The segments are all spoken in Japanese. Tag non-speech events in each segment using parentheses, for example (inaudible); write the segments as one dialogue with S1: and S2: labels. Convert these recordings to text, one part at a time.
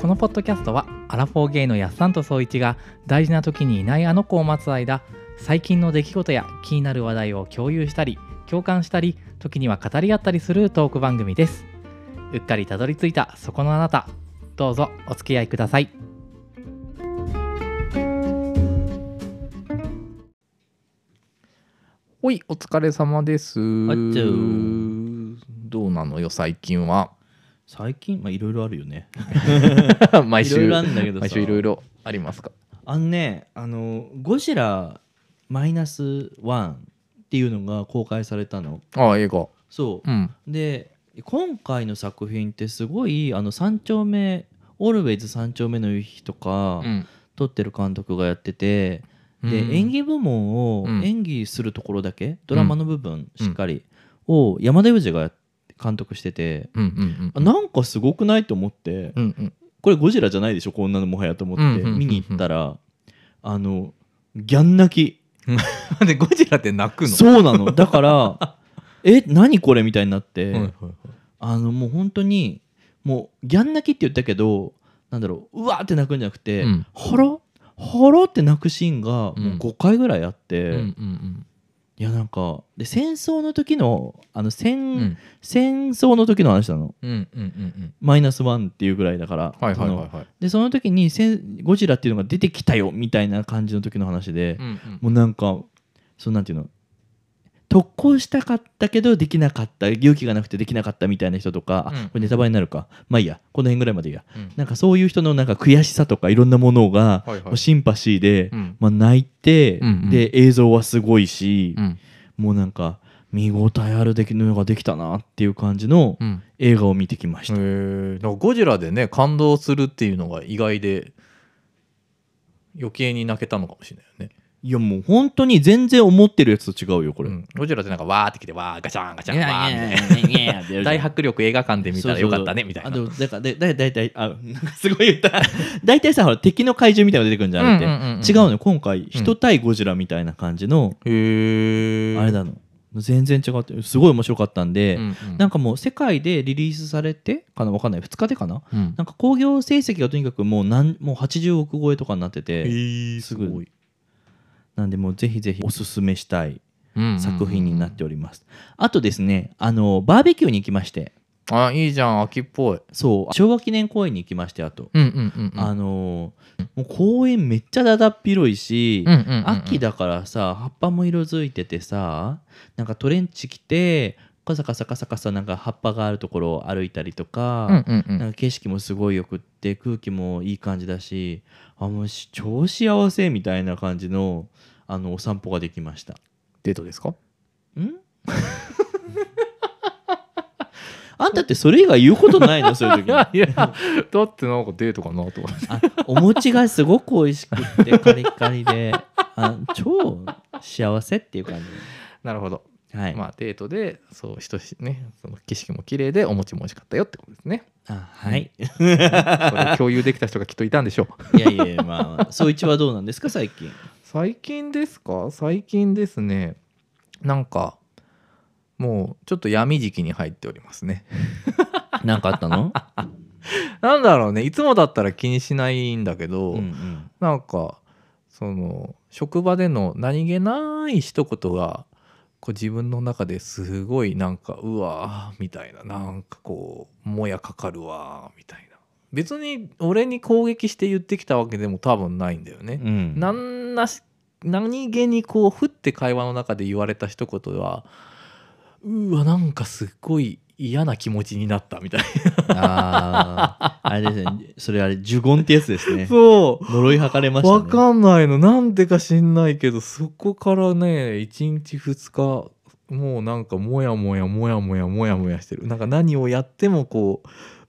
S1: このポッドキャストはアラフォーゲイのやっさんと総一が大事な時にいないあの子を待つ間最近の出来事や気になる話題を共有したり共感したり時には語り合ったりするトーク番組ですうっかりたどり着いたそこのあなたどうぞお付き合いください
S2: おい、お疲れ様です。
S3: っちゃ
S2: どうなのよ、最近は。
S3: 最近まあいろいろあるよね
S2: (laughs) 毎週、
S3: いろいろあるんだけどさ
S2: 毎週いろいろありますか。
S3: あのねあの「ゴジラマイナスワンっていうのが公開されたの
S2: ああ、映画。
S3: そ
S2: うん。
S3: うで今回の作品ってすごいあの三丁目「オルウェイズ三丁目の夕日」とか、
S2: うん。 (laughs)
S3: 撮ってる監督がやっててで、
S2: うん
S3: 演技部門を
S2: うん
S3: 演技するところだけ、ドラマの部分しっかりを山田裕二がやっ監督してて
S2: うんうん
S3: あなんかすごくないと思って
S2: うん。うんうん。
S3: これゴジラじゃないでしょこんなのもはやと思って
S2: うんうん
S3: 見に行ったらあのギャン泣
S2: で、ゴジラって泣く
S3: きそうなのだから
S2: (laughs)
S3: え何これみたいになって、
S2: はいはいはい
S3: あのもう本当にもうギャン泣きって言ったけどなんだろううわーって泣くんじゃなくて、
S2: うん
S3: ほろほろって泣くシーンがもう
S2: うん
S3: 5回ぐらいあっ
S2: う
S3: て、
S2: んうん
S3: いやなんかで戦争の時のあの戦,、
S2: うん。うん
S3: 戦争の時の話なの
S2: うんうんうん
S3: マイナスワンっていうぐらいだから、
S2: うん。はいはい
S3: その
S2: はいはい。
S3: でその時にせんゴジラっていうのが出てきたよみたいな感じの時の話で、
S2: うんうん
S3: もうなんかそのなんていうの特攻したかったけどできなかった勇気がなくてできなかったみたいな人とか、あ
S2: うん
S3: これネタバレになるかまあいいやこの辺ぐらいまでいいや
S2: うん
S3: なんかそういう人のなんか悔しさとかいろんなものが、
S2: はいは
S3: も
S2: いう
S3: シンパシーで、
S2: うん
S3: まあ、泣いて、
S2: うんうん
S3: で映像はすごいし
S2: う、ん
S3: もうなんか見応えある出来のができたなっていう感じの
S2: うん
S3: 映画を見てきまし
S2: へ
S3: た、
S2: えなんかゴジラでね感動するっていうのが意外で余計に泣けたのかもしれないよね
S3: いやもう本当に全然思ってるやつと違うよこ
S2: こ
S3: れ、
S2: れ、ゴジラってなんかわーってきてわーガチャンガチャンわーみたいな (laughs)
S3: や
S2: 大迫力映画館で見たらよかったねみたいな。
S3: あでもだからだだだいたいあなんかすごい言った (laughs) 大体さほら敵の怪獣みたいなの出てくるんじゃなくて、違うのよ今回人対ゴジラみたいな感じの、
S2: へえ。
S3: あれだの全然違ってすごい面白かったんで、
S2: うん
S3: なんかもう世界でリリースされてかなわかんない2日でかな
S2: うん。うん
S3: なんか興行成績がとにかくもうなんもう80億超えとかになって
S2: へ
S3: て
S2: ー
S3: すごい。なんでもうぜひぜひおすすめしたい作品になっております、あとですねあのバーベキューに行きまして
S2: あいいじゃん秋っぽい。
S3: そう昭和記念公園に行きましてあと、
S2: うんうんうんうん。
S3: あのーもう公園めっちゃだだっ広いし、
S2: うんうんうんうん
S3: 秋だからさ葉っぱも色づいててさなんかトレンチ着てカサカサカサカサなんか葉っぱがあるところを歩いたりとか、
S2: うんうんうん
S3: なんか景色もすごいよくって空気もいい感じだしあもうし超幸せみたいな感じのあのお散歩ができました。
S2: デートですか？
S3: ん (laughs) あんたってそれ以外言うことないのそういう
S2: い
S3: 時に
S2: やいやだってなんかデートかなと思って。 (laughs)
S3: あお餅がすごく美味しくってカリカリであ超幸せっていう感
S2: なるほど。
S3: じはい、
S2: まあデートでそう人しねその景色も綺麗でお餅も美味しかったよってことですね。
S3: あはい
S2: これを共有できた人がきっといたんでしょう。 (laughs)
S3: いやいやいやまあそういちはどうなんですか最 (laughs) 近
S2: 最近ですか最近ですねなんかもうちょっと闇時期に入っておりますね
S3: 何かあったの、
S2: なんだろうねいつもだったら気にしないんだけど、
S3: うんうん、
S2: なんかその職場での何気ない一言がこう自分の中ですごいなんかうわーみたいななんかこうもやかかるわーみたいな別に俺に攻撃して言ってきたわけでも多分ないんだよね、
S3: うん、
S2: なんなし何気にこうふって会話の中で言われた一言はうわなんかすっごい嫌な気持ちになったみたい
S3: あーあれですねそれあれ呪言ってやつですね
S2: なそ
S3: 呪い吐かれました
S2: わ
S3: ね
S2: かんないのなんでか知んないけどそこからね1日2日もうなんかモヤモヤモヤモヤモヤモヤしてるなんか何をやってもこう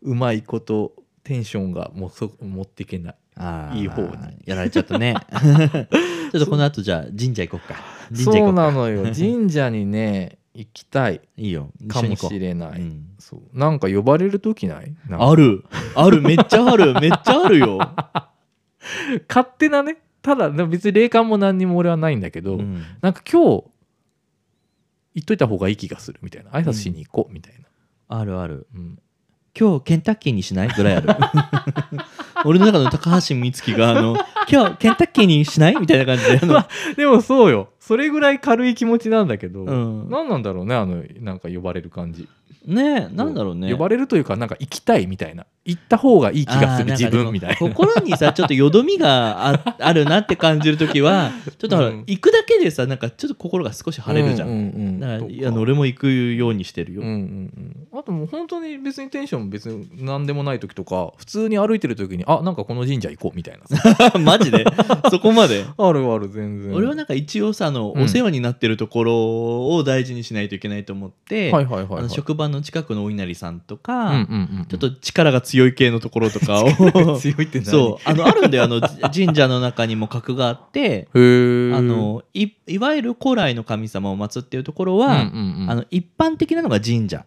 S2: うまいことテンションがもうそ持っていけない
S3: あー
S2: いい方に
S3: やられちゃったね (laughs) ちょっとこの後じゃあ神社行こうか神社行
S2: そ
S3: こ
S2: う
S3: うか
S2: なのよ (laughs) 神社にね行きたい
S3: いいよ
S2: かも
S3: 一緒
S2: し
S3: に
S2: れな
S3: 行こ
S2: い、
S3: ううん
S2: そうなんか呼ばれる時ないなんか
S3: あるあるめっちゃあるめっちゃあるよ、
S2: 勝手なねただ別に霊感も何にも俺はないんだけど、
S3: うん
S2: なんか今日言っといた方がいい気がするみたいな挨拶しに行こうみたいな、
S3: あるある。
S2: うん (laughs)
S3: 今日ケンタッキーにしないぐらいある。俺の中の高橋美月があの「今日ケンタッキーにしない?」みたいな感じであの、
S2: でもそうよそれぐらい軽い気持ちなんだけど、
S3: うん、
S2: 何なんだろうねあのなんか呼ばれる感じ
S3: ねえなんだろうね
S2: 呼ばれるというかなんか行きたいみたいな行った方がいい気がする
S3: あーなんか
S2: 自
S3: でも
S2: 分みたいな
S3: 心にさちょっとよどみがああるなって感じる
S2: (laughs)
S3: 時はちょっとほら、
S2: うん
S3: 行くだけでさなんかちょっと心が少し晴れるじゃん、
S2: ううん
S3: だから
S2: とか
S3: いやあの俺も行くようにしてるよ、
S2: うんうんうん、あともう本当に別にテンション別に何でもない時とか普通に歩いてる時にあなんかこの神社行こうみたい
S3: (laughs)
S2: な
S3: マジでそこまで
S2: あるある全然
S3: 俺はなんか一応さあの、
S2: うん
S3: お世話になってるところを大事にしないといけないと思って、
S2: はいはいはいはい、
S3: あの職場の近くのお稲荷さんと
S2: う
S3: か、
S2: んうんうん、
S3: ちょっと力が強い系のところ
S2: (laughs)
S3: とかを
S2: 強いって何
S3: そうあのあるんだよあのじ神社の中にも格があって
S2: うへえ
S3: あのいいわゆる古来の神様を祀っているところ
S2: うん
S3: は、
S2: うんうん、
S3: あの一般的なのが神社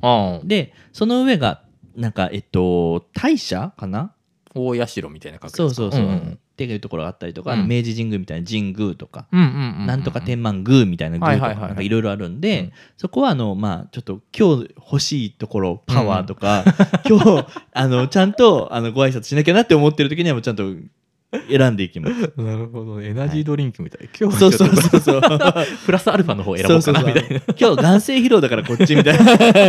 S2: ああ
S3: でその上がなんかえっと大社かな
S2: 大社みたいな格
S3: そうそうそう、
S2: んん
S3: っていうところがあったりとか、
S2: うん
S3: 明治神宮みたいな神宮とか、
S2: うんうんうんうん
S3: なんとか天満宮みたいな宮と
S2: はいはいはいはい
S3: かなんかいろいろあるんで、
S2: うん
S3: そこはあのまあちょっと今日欲しいところパワー
S2: (laughs)
S3: とか、今日あのちゃんとあのご挨拶しなきゃなって思ってる時にはもうちゃんと選んでい
S2: (laughs)
S3: きます。
S2: なるほどエナジードリンクみたい、今日
S3: そ
S2: は
S3: う
S2: ち
S3: そ
S2: ょっ
S3: う
S2: と
S3: そうそう。
S2: プラスアルファの方選ぼうか
S3: (laughs)
S2: なみたいな
S3: そうそうそう今日眼性疲労だからこっちみた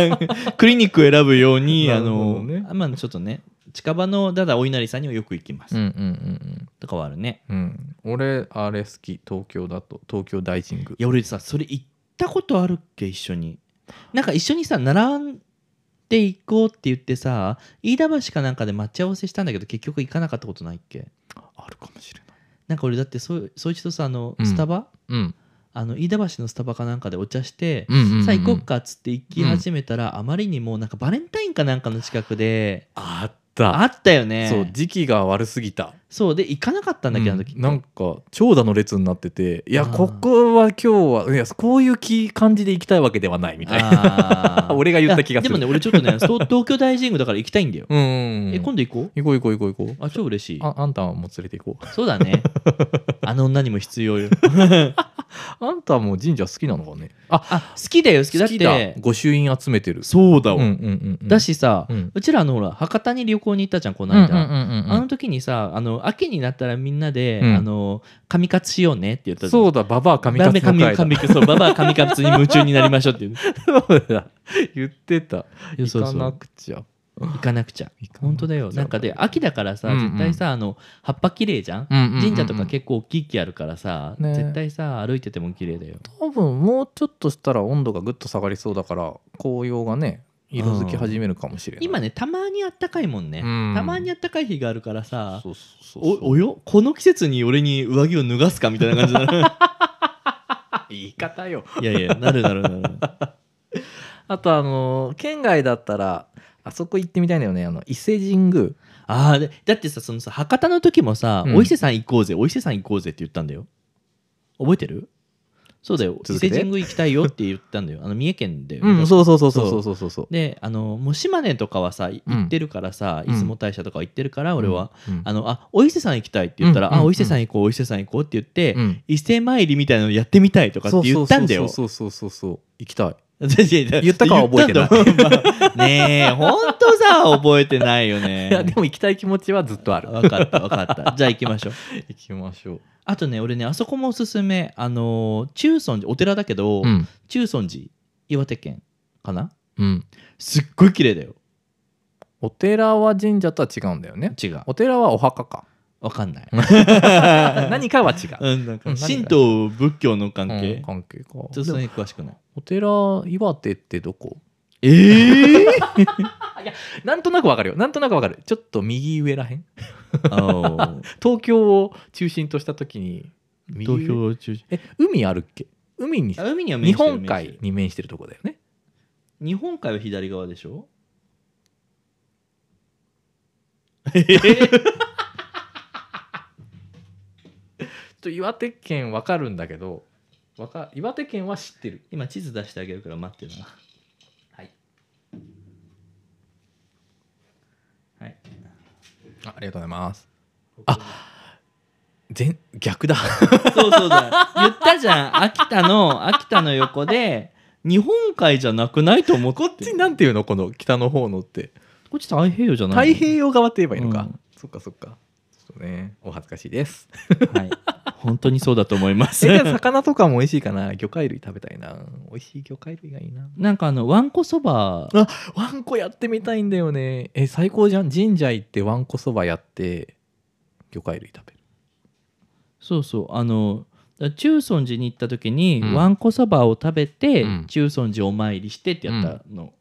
S3: いな (laughs) クリニックを選ぶように、
S2: な
S3: あ
S2: るほど
S3: の、
S2: ね
S3: まあちょっとね近場のただお稲荷さんにはよく行きます、
S2: うんうん
S3: とかはあるね
S2: うんうん俺あれ好き東京だと東京大神宮
S3: いや俺さそれ行ったことあるっけ一緒になんか一緒にさ並んで行こうって言ってさ飯田橋かなんかで待ち合わせしたんだけど結局行かなかったことないっけ
S2: あるかもしれない
S3: なんか俺だってそうそう一度さあの
S2: うん
S3: スタバ、
S2: うん
S3: あの飯田橋のスタバかなんかでお茶して、
S2: うんうんうん
S3: さあ行こっかっつって行き始めたら、あまりにもなんかバレンタインかなんかの近くで
S2: あった
S3: あったよね
S2: そう時期が悪すぎた
S3: そうで行かなかったんだっけど、あの時
S2: うんなんか長蛇の列になってていや
S3: あー
S2: ここは今日はいやこういう気感じで行きたいわけではないみたいな
S3: あ
S2: (laughs)
S3: ー
S2: 俺が言った気がする
S3: いやでもね俺ちょっとねそう東京大神宮だから行きたいんだよ、
S2: うんうんうん
S3: え今度行こう
S2: 行こう行こう行こう行こう
S3: あ超嬉しい
S2: ああんたも連れて行こう
S3: そうだ (laughs) ねあの女にも必要よ
S2: あんたも神社好きなのかねあ
S3: あ好きだよ好きだって
S2: 御朱印集めてる
S3: そうだ
S2: う
S3: わ、
S2: んうんうんうん
S3: だしさ、
S2: う
S3: うんちらあのほら博多に旅行に行ったじゃんこ
S2: うん
S3: の
S2: うんうん
S3: 間、
S2: うん
S3: あの時にさあの秋になったらみんなで、
S2: うん
S3: あの神活しようねって言ったじゃん
S2: そうだババア神
S3: ダメ
S2: 活の
S3: 神
S2: 会だ
S3: 神そうババア神活に夢中になりましょうっていう
S2: そう
S3: (laughs)
S2: だ言ってた
S3: いや
S2: 行
S3: そう
S2: か
S3: そう
S2: なくちゃ
S3: 行かなくちゃ本当だよなんかで秋だからさ
S2: うんうん
S3: 絶対さあの葉っぱ綺麗じゃん神
S2: 神
S3: 社とか結構大きい木あるからさ
S2: ね
S3: 絶対さ歩いてても綺麗だよ
S2: 多分もうちょっとしたら温度がぐっと下がりそうだから紅葉がね色づき始めるかもしれない、
S3: 今ねたまにあったかいもんね
S2: うん
S3: たまにあったかい日があるからさ
S2: そうそうそう
S3: おおよこの季節に俺に上着を脱がすかみたいな感じだな
S2: 言い方よ
S3: (laughs) いやいやなるなるなる
S2: あとあのー県外だったらあそこ行ってみたいんだよねあの伊勢神宮
S3: あーでだってさそのさ博多の時もさ、
S2: うん
S3: お伊勢さん行こうぜお伊勢さん行こうぜって言ったんだよ覚えてるそうだよ伊
S2: 続けて
S3: 勢神宮行きたいよって言ったんだよあの三重県だよね、
S2: うんそうそうそうそうそうそうそうそう
S3: であのもう島根とかはさい
S2: うん
S3: 行ってるからさ、
S2: うん
S3: 出雲大社とかは行ってるから俺は、
S2: うん、うん
S3: あのあお伊勢さん行きたいって言ったら、
S2: うんうん
S3: あお伊勢さん行こうお伊勢さん行こうって言って、
S2: うん
S3: 伊勢参りみたいなのやってみたいとかって言ったんだよ
S2: そうそうそうそうそうそう行きたい言
S3: 言
S2: ったかは覚えてない
S3: ない。ねえ、ほんとさ、覚えてないよ
S2: (laughs) いやで
S3: ね。
S2: も行きたい気持ちはずっとある
S3: わかった、わかった。じゃあ行きましょう。
S2: 行きましょう、
S3: あとね、俺ね、あそこもおすすめ、あのー、中尊寺、お寺だけど、
S2: うん
S3: 中尊寺、岩手県かな
S2: うん、
S3: すっごい綺麗だよ。
S2: お寺は神社とは違うんだよね
S3: 違う。
S2: お寺はお墓か
S3: わかんない。
S2: (laughs) 何かは違う
S3: うん、なんか
S2: うん
S3: 神道、仏教の関係、
S2: うん
S3: ちょ
S2: 関係か
S3: っとそれに詳しくない。
S2: お寺岩手ってどこ
S3: ええ
S2: なんとなくわかるよなんとなくわかるちょっと右上らへん (laughs)
S3: ー、
S2: 東京を中心とした時に右上
S3: 投票を中心。
S2: え海あるっけ海に
S3: あ海には面
S2: 日
S3: してる
S2: 本海。に面してるとこだよね
S3: 面してる日本海は左側でしょ
S2: ちょっと岩手県わかるんだけどわか岩手県は知ってる
S3: 今地図出してあげるから待ってなはいはい
S2: あありがとうございます全逆 (laughs) だ
S3: そうそうだ言ったじゃん秋田の秋田の横で日本海じゃなくないと思って
S2: こっちなんていうのこの北の方のって
S3: こっち太平洋じゃない
S2: 太平洋側って言えばいいのか、
S3: うん
S2: そっかそっかちょっとねお恥ずかしいです
S3: はい、本当にそうだと思います
S2: えじゃあ (laughs) 魚とかも美味しいかな魚介類食べたいな美味しい魚介類がいいな
S3: なんかあのわんこそば
S2: ワンコやってみたいんだよねえ最高じゃん神社行ってワンコそばやって魚介類食べる
S3: そうそうあの中尊寺に行った時に、
S2: うん
S3: わんこそばを食べて、
S2: うん
S3: 中尊寺お参りしてってやったの、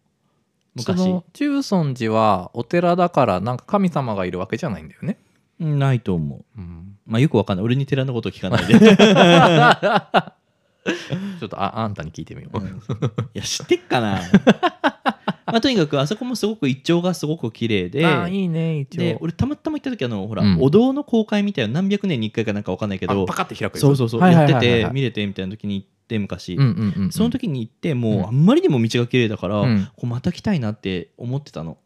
S2: そ
S3: 昔
S2: の中尊寺はお寺だからなんか神様がいるわけじゃないんだよね、
S3: ないと思う
S2: うん、
S3: まあよくわかんない俺に寺のこと聞かないで、
S2: ちょっとああんたに聞いてみよう、
S3: いや知ってっ
S2: (laughs)
S3: かなまあとにかくあそこもすごくイチョウがすごく綺麗で
S2: ああいいね一応
S3: で俺たまたま行った時あのほら、
S2: うん
S3: お堂の公開みたいな何百年に一回かなんかわかんないけ
S2: あ
S3: ど
S2: パカって開くやつ
S3: そうそうそう、
S2: はいはいはい
S3: やっ
S2: はい
S3: てて見れてみたいな時に行って昔、
S2: うんうんうんうん
S3: その時に行って
S2: う
S3: も
S2: ん
S3: うあんまりにも道が綺麗だから、
S2: うん
S3: こうまた来たいなって思ってたの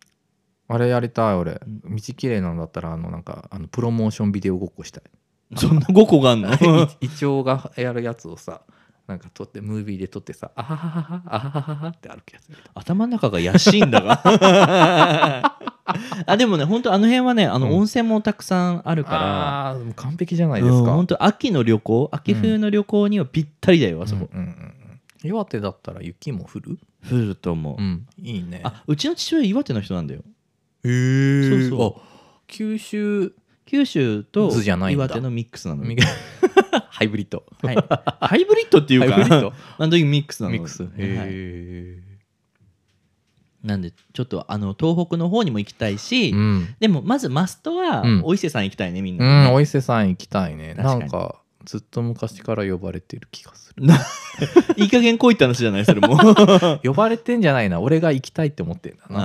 S2: あれやりたい俺
S3: うん
S2: 道綺麗なんだったらあのなんかあのプロモーションビデオごっこ
S3: (laughs)
S2: したい
S3: そんな5個があんの
S2: (laughs) いイチョウがやるやつをさなんか撮ってムービーで撮ってさ「あははははあはははは」って歩くやつ
S3: 頭の中がやしいん
S2: (laughs)
S3: だがあでもね本当あの辺はねあの
S2: うん
S3: 温泉もたくさんあるから、
S2: ああーもう完璧じゃな
S3: う
S2: い
S3: ん、
S2: ですか、
S3: 本当秋の旅行秋冬の旅行にはぴったりだよあそこ、
S2: うんうんうん岩手だったら雪も降る
S3: 降ると思う、
S2: んいいね
S3: あうちの父親岩手の人なんだよ
S2: へえ
S3: そうそう
S2: 九州
S3: 九州と
S2: 図じゃないんだ
S3: 岩手のミックスなの (laughs) よ
S2: ハイブリッド
S3: はい、ハイブリッドっていう
S2: ハイ
S3: か
S2: ブリッ
S3: (laughs)
S2: ド
S3: あの時ミックスなの
S2: ミックスへ
S3: はい
S2: え、
S3: なんでちょっとあの東北の方にも行きたいし、
S2: うん、
S3: でもまずマストは
S2: うん
S3: お伊勢さん行きたいねみん
S2: う
S3: な、
S2: ん、お伊勢さん行きたいね
S3: 確か
S2: な
S3: に
S2: んかずっと昔から呼ばれてる気がする
S3: いい加減こいって話じゃないそれ
S2: (laughs)
S3: もあ
S2: 呼ばれてんじゃないな俺が行きたいって思ってんだな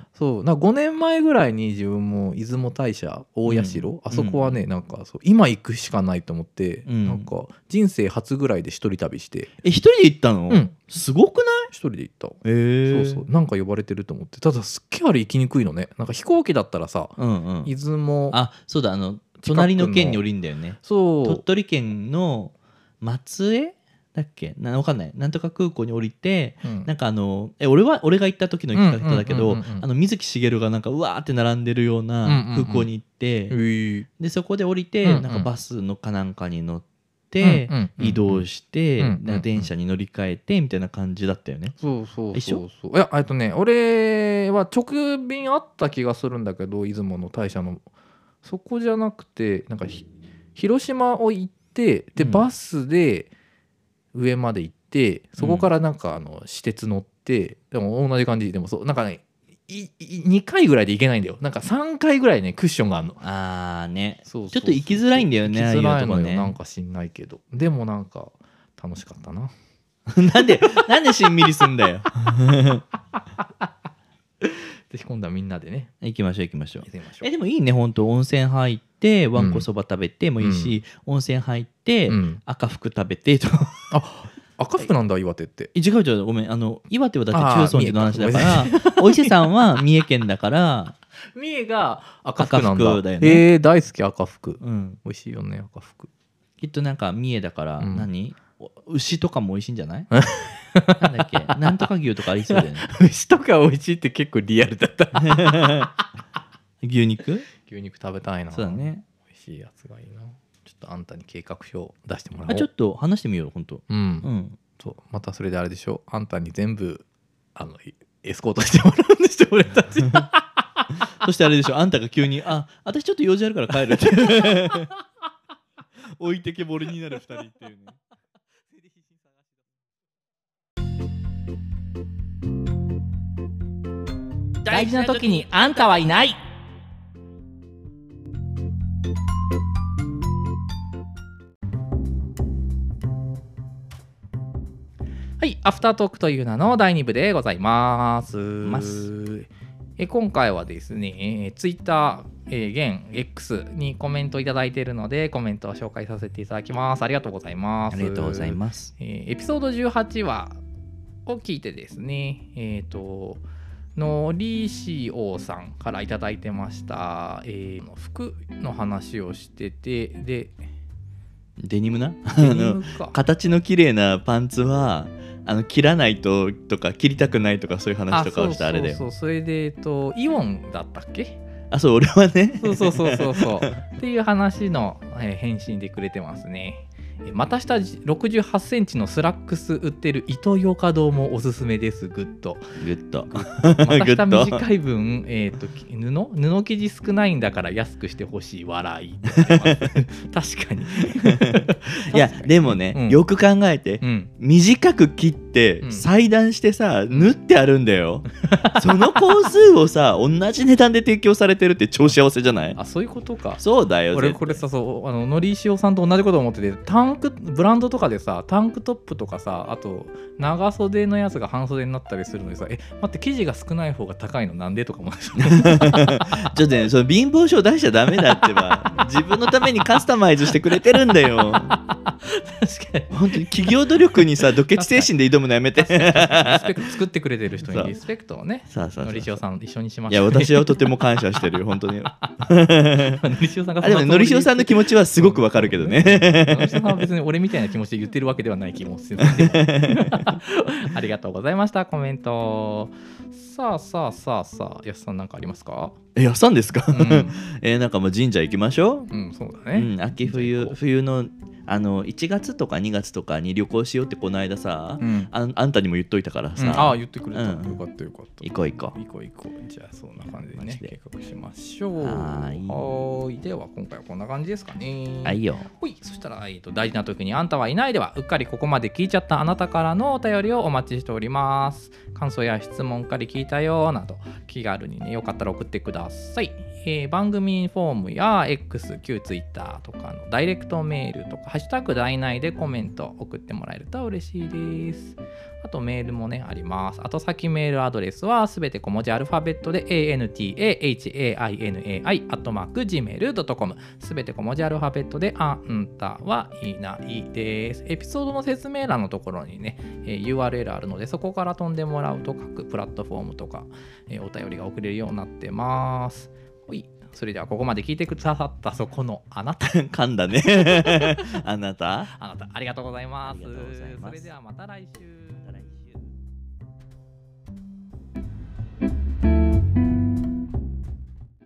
S3: あ
S2: そうなんか5年前ぐらいに自分も出雲大社大社、
S3: うん
S2: あそこはねなんかそう今行くしかないと思って、
S3: うん
S2: なんか人生初ぐらいで一人旅して
S3: え一人で行ったの、
S2: うん
S3: すごくない
S2: 一人で行った
S3: え
S2: そうそうなんか呼ばれてると思ってただすっげえあれ行きにくいのねなんか飛行機だったらさ
S3: うんうん
S2: 出雲
S3: あそうだあの隣の県に降りんだよね鳥
S2: そう
S3: 取県の松江だっけなわかんないなんとか空港に降りて
S2: うん
S3: なんかあのえ俺は俺が行った時の行き方だけ
S2: う
S3: ど
S2: んうんうんうんうん
S3: あの水木しげるがなんかうわーって並んでるような空港に行って、
S2: へー
S3: でそこで降りて、
S2: うんうん
S3: なんかバスのかなんかに乗って、
S2: うんうんうん
S3: 移動して、
S2: うんうんうん
S3: なんか電車に乗り換えてみたいな感じだったよね。
S2: そうそう
S3: 一
S2: そう
S3: 緒
S2: そういやえっとね俺は直便あった気がするんだけど出雲の大社のそこじゃなくてなんかひ広島を行ってで
S3: うん
S2: バスで上まで行ってそこからなんかあの私鉄乗ってでも同じ感じでもそうなんかね2回ぐらいで行けないんだよなんか3回ぐらいねクッションがあるの
S3: あーね
S2: そうそうそう
S3: ちょっと行きづらいんだよね
S2: 行きづらい
S3: ああ
S2: の
S3: いうとこ
S2: よ、
S3: ね
S2: なんかしんないけどでもなんか楽しかったな
S3: (laughs) なんでなんでしんみりすんだよ。
S2: ぜひ今度はみんなでね
S3: 行きましょう行きましょう
S2: 行。ってみましょう
S3: えでもいいね本当温泉入ってわんこそば食べてもいいし、温泉入って、
S2: うん
S3: 赤服食べてと (laughs)
S2: 赤服なんだ岩手って
S3: え違う違うごめんあの岩手はだって中尊寺の話だか
S2: あ
S3: らお伊勢さんは三重県だから、
S2: 三重が赤
S3: 服
S2: 服
S3: な
S2: なんん
S3: だ
S2: だ
S3: へ
S2: えー大好き赤服
S3: うん、
S2: 美味しいよね赤 (laughs) 服
S3: きっとなんか三重だから、
S2: うん
S3: 何お牛とかも美味しいんじゃない
S2: (laughs)
S3: なんだっけなんとか牛とかありそうだよね
S2: 牛とか美味しいって結構リアルだった
S3: 牛肉
S2: (laughs) 牛肉食べたいな
S3: そうだね
S2: 美味しいやつがいいなちょっとあんたに計画書を出してもらおう
S3: あちょっと話してみよう本当
S2: う
S3: うんん
S2: そうまたそれであれでしょあんたに全部あのいエスコートしてもらうんでしょ俺たち
S3: そしてあれでしょあんたが急に「あ私ちょっと用事あるから帰る」って
S2: (laughs)
S3: 置いてけぼりになる2人っていうね
S1: 大事な時にあんたはいない
S2: はいアフタートークという名の第2部でございます
S3: ます
S2: え今回はですね、えー、Twitter、えー現 X にコメントいただいているのでコメントを紹介させていただきますありがとうございます
S3: ありがとうございます
S2: えーエピソード18話を聞いてですね、えっ、と、のりしおさんからいただいてました、えー服の話をしてて、で、
S3: デニムなあ
S2: デニ
S3: の
S2: ムか。
S3: (laughs) 形の綺麗なパンツはあの切らないととか切りたくないとかそういう話とかをしたあれだよ
S2: そうそうそう、それで、えっと、イオンだったっけ
S3: ああそう俺はね
S1: そうそうそうそうそう。っていう話の、えー返信でくれてますね。えー股下68センチのスラックス売ってる糸魚華堂もおすすめです。グッ
S3: (laughs)
S1: ド。
S3: グッド
S1: 股
S3: グッ
S1: 下
S3: ド
S1: 短い分、えー、とき布布生地少ないんだから安くしてほしい笑いって言ってます (laughs) 確かに。
S3: いやでもね、
S1: うん
S3: よく考えて、
S1: うん、
S3: 短く切って、
S1: うん
S3: 裁断してさ縫ってあるんだよ (laughs) その工数をさ同じ値段で提供されてるって超幸せじゃない
S1: あそういうことか。
S3: そうだよ
S1: 俺
S3: 絶対
S1: これさそうあののりしおさんと同じこと思っててタンクブランドとかでさタンクトップとかさあと長袖のやつが半袖になったりするのにさえ待って生地が少ない方が高いのなんでとか思う (laughs)
S3: ちょっとねその貧乏症出しちゃダメだって (laughs) ば自分のためにカスタマイズしてくれてるんだよ
S1: 確かに
S3: 本当に企業努力にさ土決精神で挑むのやめて
S1: リスペクト作ってくれてる人にリスペクトをね
S3: さあさあ
S1: の
S3: さ
S1: りしお
S3: あ
S1: さん一緒にしま
S3: い
S1: しょ
S3: や
S1: う
S3: 私はとても感謝してるよ
S1: (laughs)
S3: 本当にあ
S1: のりしおさんがそ
S3: でもねのりしおさんの気持ちはすごくわかるけどね
S1: のりしおさんは別に俺みたいな気持ちで言ってるわけではない気もするん
S3: (laughs)
S1: でありがとうございましたコメントさあさあさあさあやすさんなんかあります
S3: (laughs)
S1: か、
S3: (laughs) えやさんですか、
S1: うん、
S3: えーなんかもう神社行きましょ
S1: う
S3: う
S1: ん、そうだ
S3: う
S1: ね、
S3: ん、秋冬冬のあの1月とか2月とかに旅行しようってこの間さ、
S1: うん
S3: あんあんたにも言っといたからさ、
S1: うんああ言ってくれた、
S3: うん
S1: よかったよかった
S3: 行こう行こう
S1: 行こう行こうじゃあそんな感じで
S3: マ
S1: ね
S3: ジで
S1: 計画しましょう
S3: はーい
S1: はーいでは今回はこんな感じですかね
S3: あい
S1: (laughs)
S3: いよ
S1: ほいそしたら、えーと大事な時にあんたはいないではうっかりここまで聞いちゃったあなたからのお便りをお待ちしております感想や質問うっかり聞いたよなど気軽にねよかったら送ってください、えー番組フォームや X 旧 Twitter とかのダイレクトメールとか「ハッシュタグ大内」でコメント送ってもらえると嬉しいですあとメールもねあります。あと先メールアドレスはすべて小文字アルファベットで antahainai.gmail.com すべて小文字アルファベットであんたはいないです。エピソードの説明欄のところにね、えー URL あるのでそこから飛んでもらうと各プラットフォームとか、えーお便りが送れるようになってます。ほい。それではここまで聞いてくださったそこのあなた、
S3: 噛んだね (laughs) あなた
S1: (laughs) あなたありがとうございます。
S3: ありがとうございます
S1: それではまた来週。